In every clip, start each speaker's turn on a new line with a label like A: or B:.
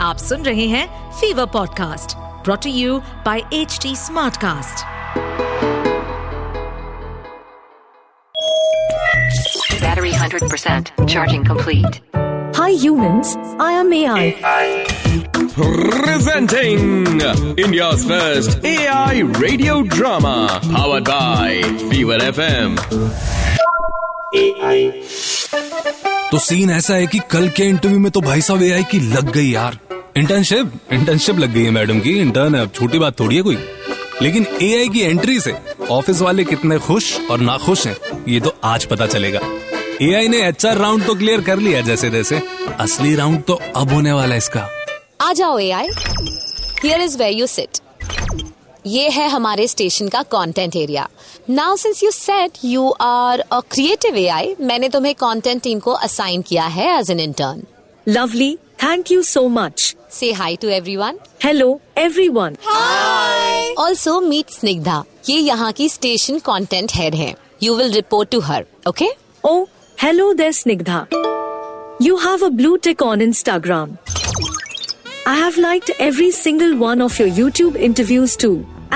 A: आप सुन रहे हैं Fever podcast brought you by H Smartcast
B: Battery 100%. Charging complete.
A: Hi humans I am AI
C: Presenting India's first AI radio drama powered by Fever FM.
D: तो सीन ऐसा है कि कल के इंटरव्यू में तो भाई साहब एआई की लग गई यार इंटर्नशिप इंटर्नशिप लग गई है मैडम की इंटर्न है अब छोटी बात थोड़ी है कोई लेकिन एआई की एंट्री से ऑफिस वाले कितने खुश और नाखुश हैं ये तो आज पता चलेगा एआई ने एचआर राउंड तो क्लियर कर लिया जैसे तैसे असली राउंड तो अब होने वाला है इसका
E: आ जाओ AI here is where you sit ये है हमारे स्टेशन का content area now since you set you are a creative AI मैंने तुम्हें कंटेंट टीम को असाइन किया है as an intern
F: Lovely. Thank you so much.
E: से hi to everyone
F: Hello, everyone.
E: Also meet Snigdha ये यहाँ की स्टेशन कंटेंट हेड है you will report to her okay
F: Oh, hello there, Snigdha. You have a blue tick on Instagram. I have liked every single one of your YouTube interviews too.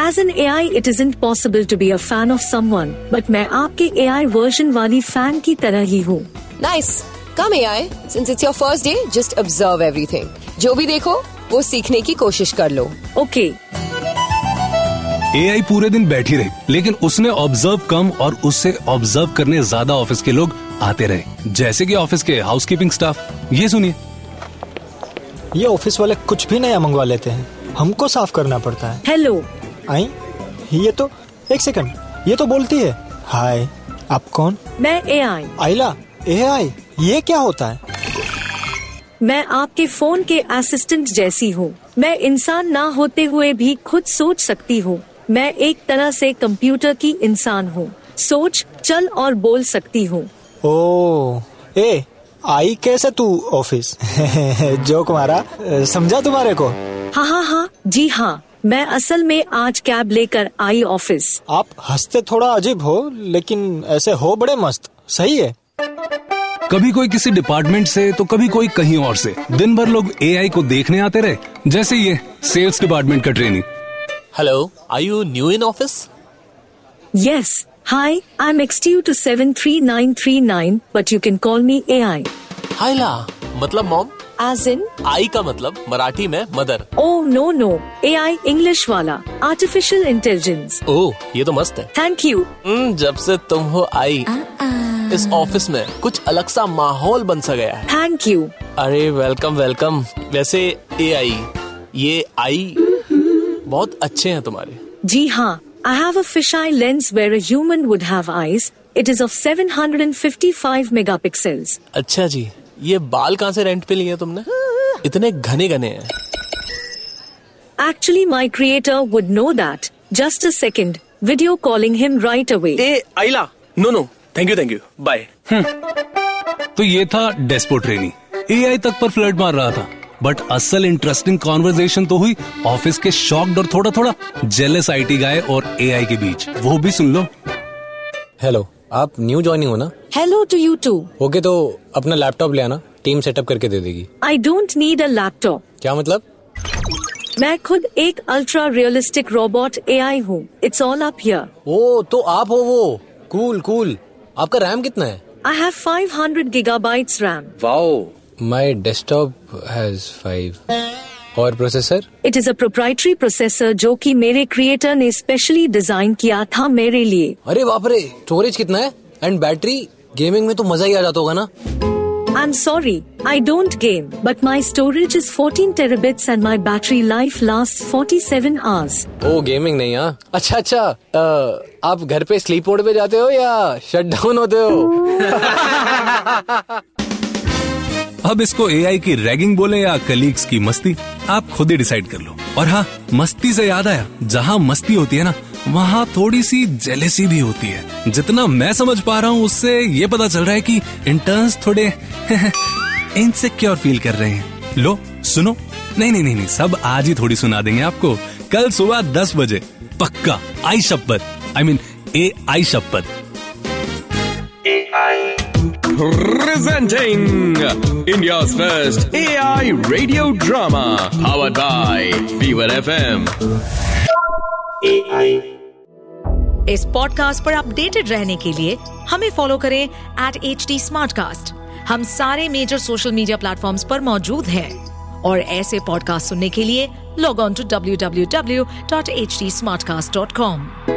F: As an AI, it isn't possible to be a fan of someone, but मैं आपके AI version वाली fan की तरह ही हूँ.
G: Nice come A I since it's your first day just observe everything जो भी देखो वो सीखने की कोशिश कर लो
F: Okay,
D: एआई पूरे दिन बैठी रही लेकिन उसने ऑब्जर्व कम और उससे ऑब्जर्व करने ज्यादा ऑफिस के लोग आते रहे जैसे कि ऑफिस के हाउसकीपिंग स्टाफ ये सुनिए
H: ये ऑफिस वाले कुछ भी नया मंगवा लेते हैं हमको साफ करना पड़ता है
F: hello.
H: आई ये तो एक सेकंड ये तो बोलती है हाय आप कौन
F: मैं AI.
H: आइला ए आई ये क्या होता है
F: मैं आपके फोन के असिस्टेंट जैसी हूँ मैं इंसान ना होते हुए भी खुद सोच सकती हूँ मैं एक तरह से कंप्यूटर की इंसान हूँ सोच चल और बोल सकती हूँ
H: ओ ए आई कैसे तू ऑफिस जोक मारा समझा तुम्हारे को
F: हाँ हाँ हाँ जी हाँ मैं असल में आज कैब लेकर आई ऑफिस
H: आप हंसते थोड़ा अजीब हो लेकिन ऐसे हो बड़े मस्त सही है
D: कभी कोई किसी डिपार्टमेंट से तो कभी कोई कहीं और से दिन भर लोग एआई को देखने आते रहे जैसे ये सेल्स डिपार्टमेंट का training
I: Hello, are you new in office?
F: Yes hi I am XT two seven three nine three nine but you can call me A I
I: हाय ला मतलब मॉम
F: एज इन
I: आई का मतलब मराठी में mother
F: oh no no A I English वाला artificial intelligence
I: oh ये तो मस्त है
F: थैंक यू
I: हम्म, जब से तुम हो आई इस ऑफिस में कुछ अलग सा माहौल बन सा गया है
F: थैंक यू
I: अरे वेलकम वेलकम वैसे ए आई ये आई बहुत अच्छे हैं तुम्हारे
F: जी हाँ I have a fish eye lens where a human would have eyes it is of 755 megapixels
I: अच्छा जी ये बाल कहाँ से रेंट पे लिए हैं तुमने इतने घने घने हैं
F: actually my creator would know that just a second video calling him right away
I: ए आइला no no thank you thank you bye
D: तो ये था डेस्पो ट्रेनिंग एआई तक पर फ्लर्ट मार रहा था बट असल इंटरेस्टिंग कॉन्वर्जेशन तो हुई ऑफिस के शॉक्ड और थोड़ा थोड़ा जेलस आईटी गाय और एआई के बीच वो भी सुन लो
J: हेलो आप न्यू ज्वाइनिंग हो ना
F: hello to you too
J: okay तो अपना लैपटॉप ले आना टीम सेटअप करके दे देगी
F: I don't need a laptop
J: क्या मतलब
F: मैं खुद एक अल्ट्रा रियलिस्टिक रोबोट एआई हूँ it's all up here
J: oh तो आप हो वो कूल कूल आपका रैम कितना है
F: I have 500 gigabytes RAM
J: my desktop has five और processor
F: it is a proprietary processor जो कि मेरे क्रिएटर ने स्पेशली डिजाइन किया था मेरे लिए
J: अरे बाप रे स्टोरेज कितना है एंड बैटरी गेमिंग में तो मजा ही आ जाता होगा ना
F: I'm sorry, I don't game, but my storage is 14 terabits and my battery life lasts 47 hours.
J: ओ गेमिंग नहीं हाँ अच्छा अच्छा अ, आप घर पे स्लीप मोड पे जाते हो या शट डाउन होते हो
D: अब इसको एआई की रैगिंग बोले या कलीग्स की मस्ती आप खुद ही डिसाइड कर लो और हाँ मस्ती से याद आया जहाँ मस्ती होती है ना वहाँ थोड़ी सी जेलेसी भी होती है जितना मैं समझ पा रहा हूँ उससे ये पता चल रहा है कि इंटर्न्स थोड़े इनसिक्योर फील कर रहे हैं लो सुनो नहीं नहीं नहीं नहीं सब आज ही थोड़ी सुना देंगे आपको कल सुबह दस बजे पक्का आई शपथ आई मीन ए आई शपथ
C: Presenting India's first AI radio drama powered by Fever FM.
F: इस पॉडकास्ट पर अपडेटेड रहने के लिए हमें फॉलो करें एट एच हम सारे मेजर सोशल मीडिया प्लेटफॉर्म्स पर मौजूद हैं और ऐसे पॉडकास्ट सुनने के लिए log on to W W W dot H T Smartcast dot com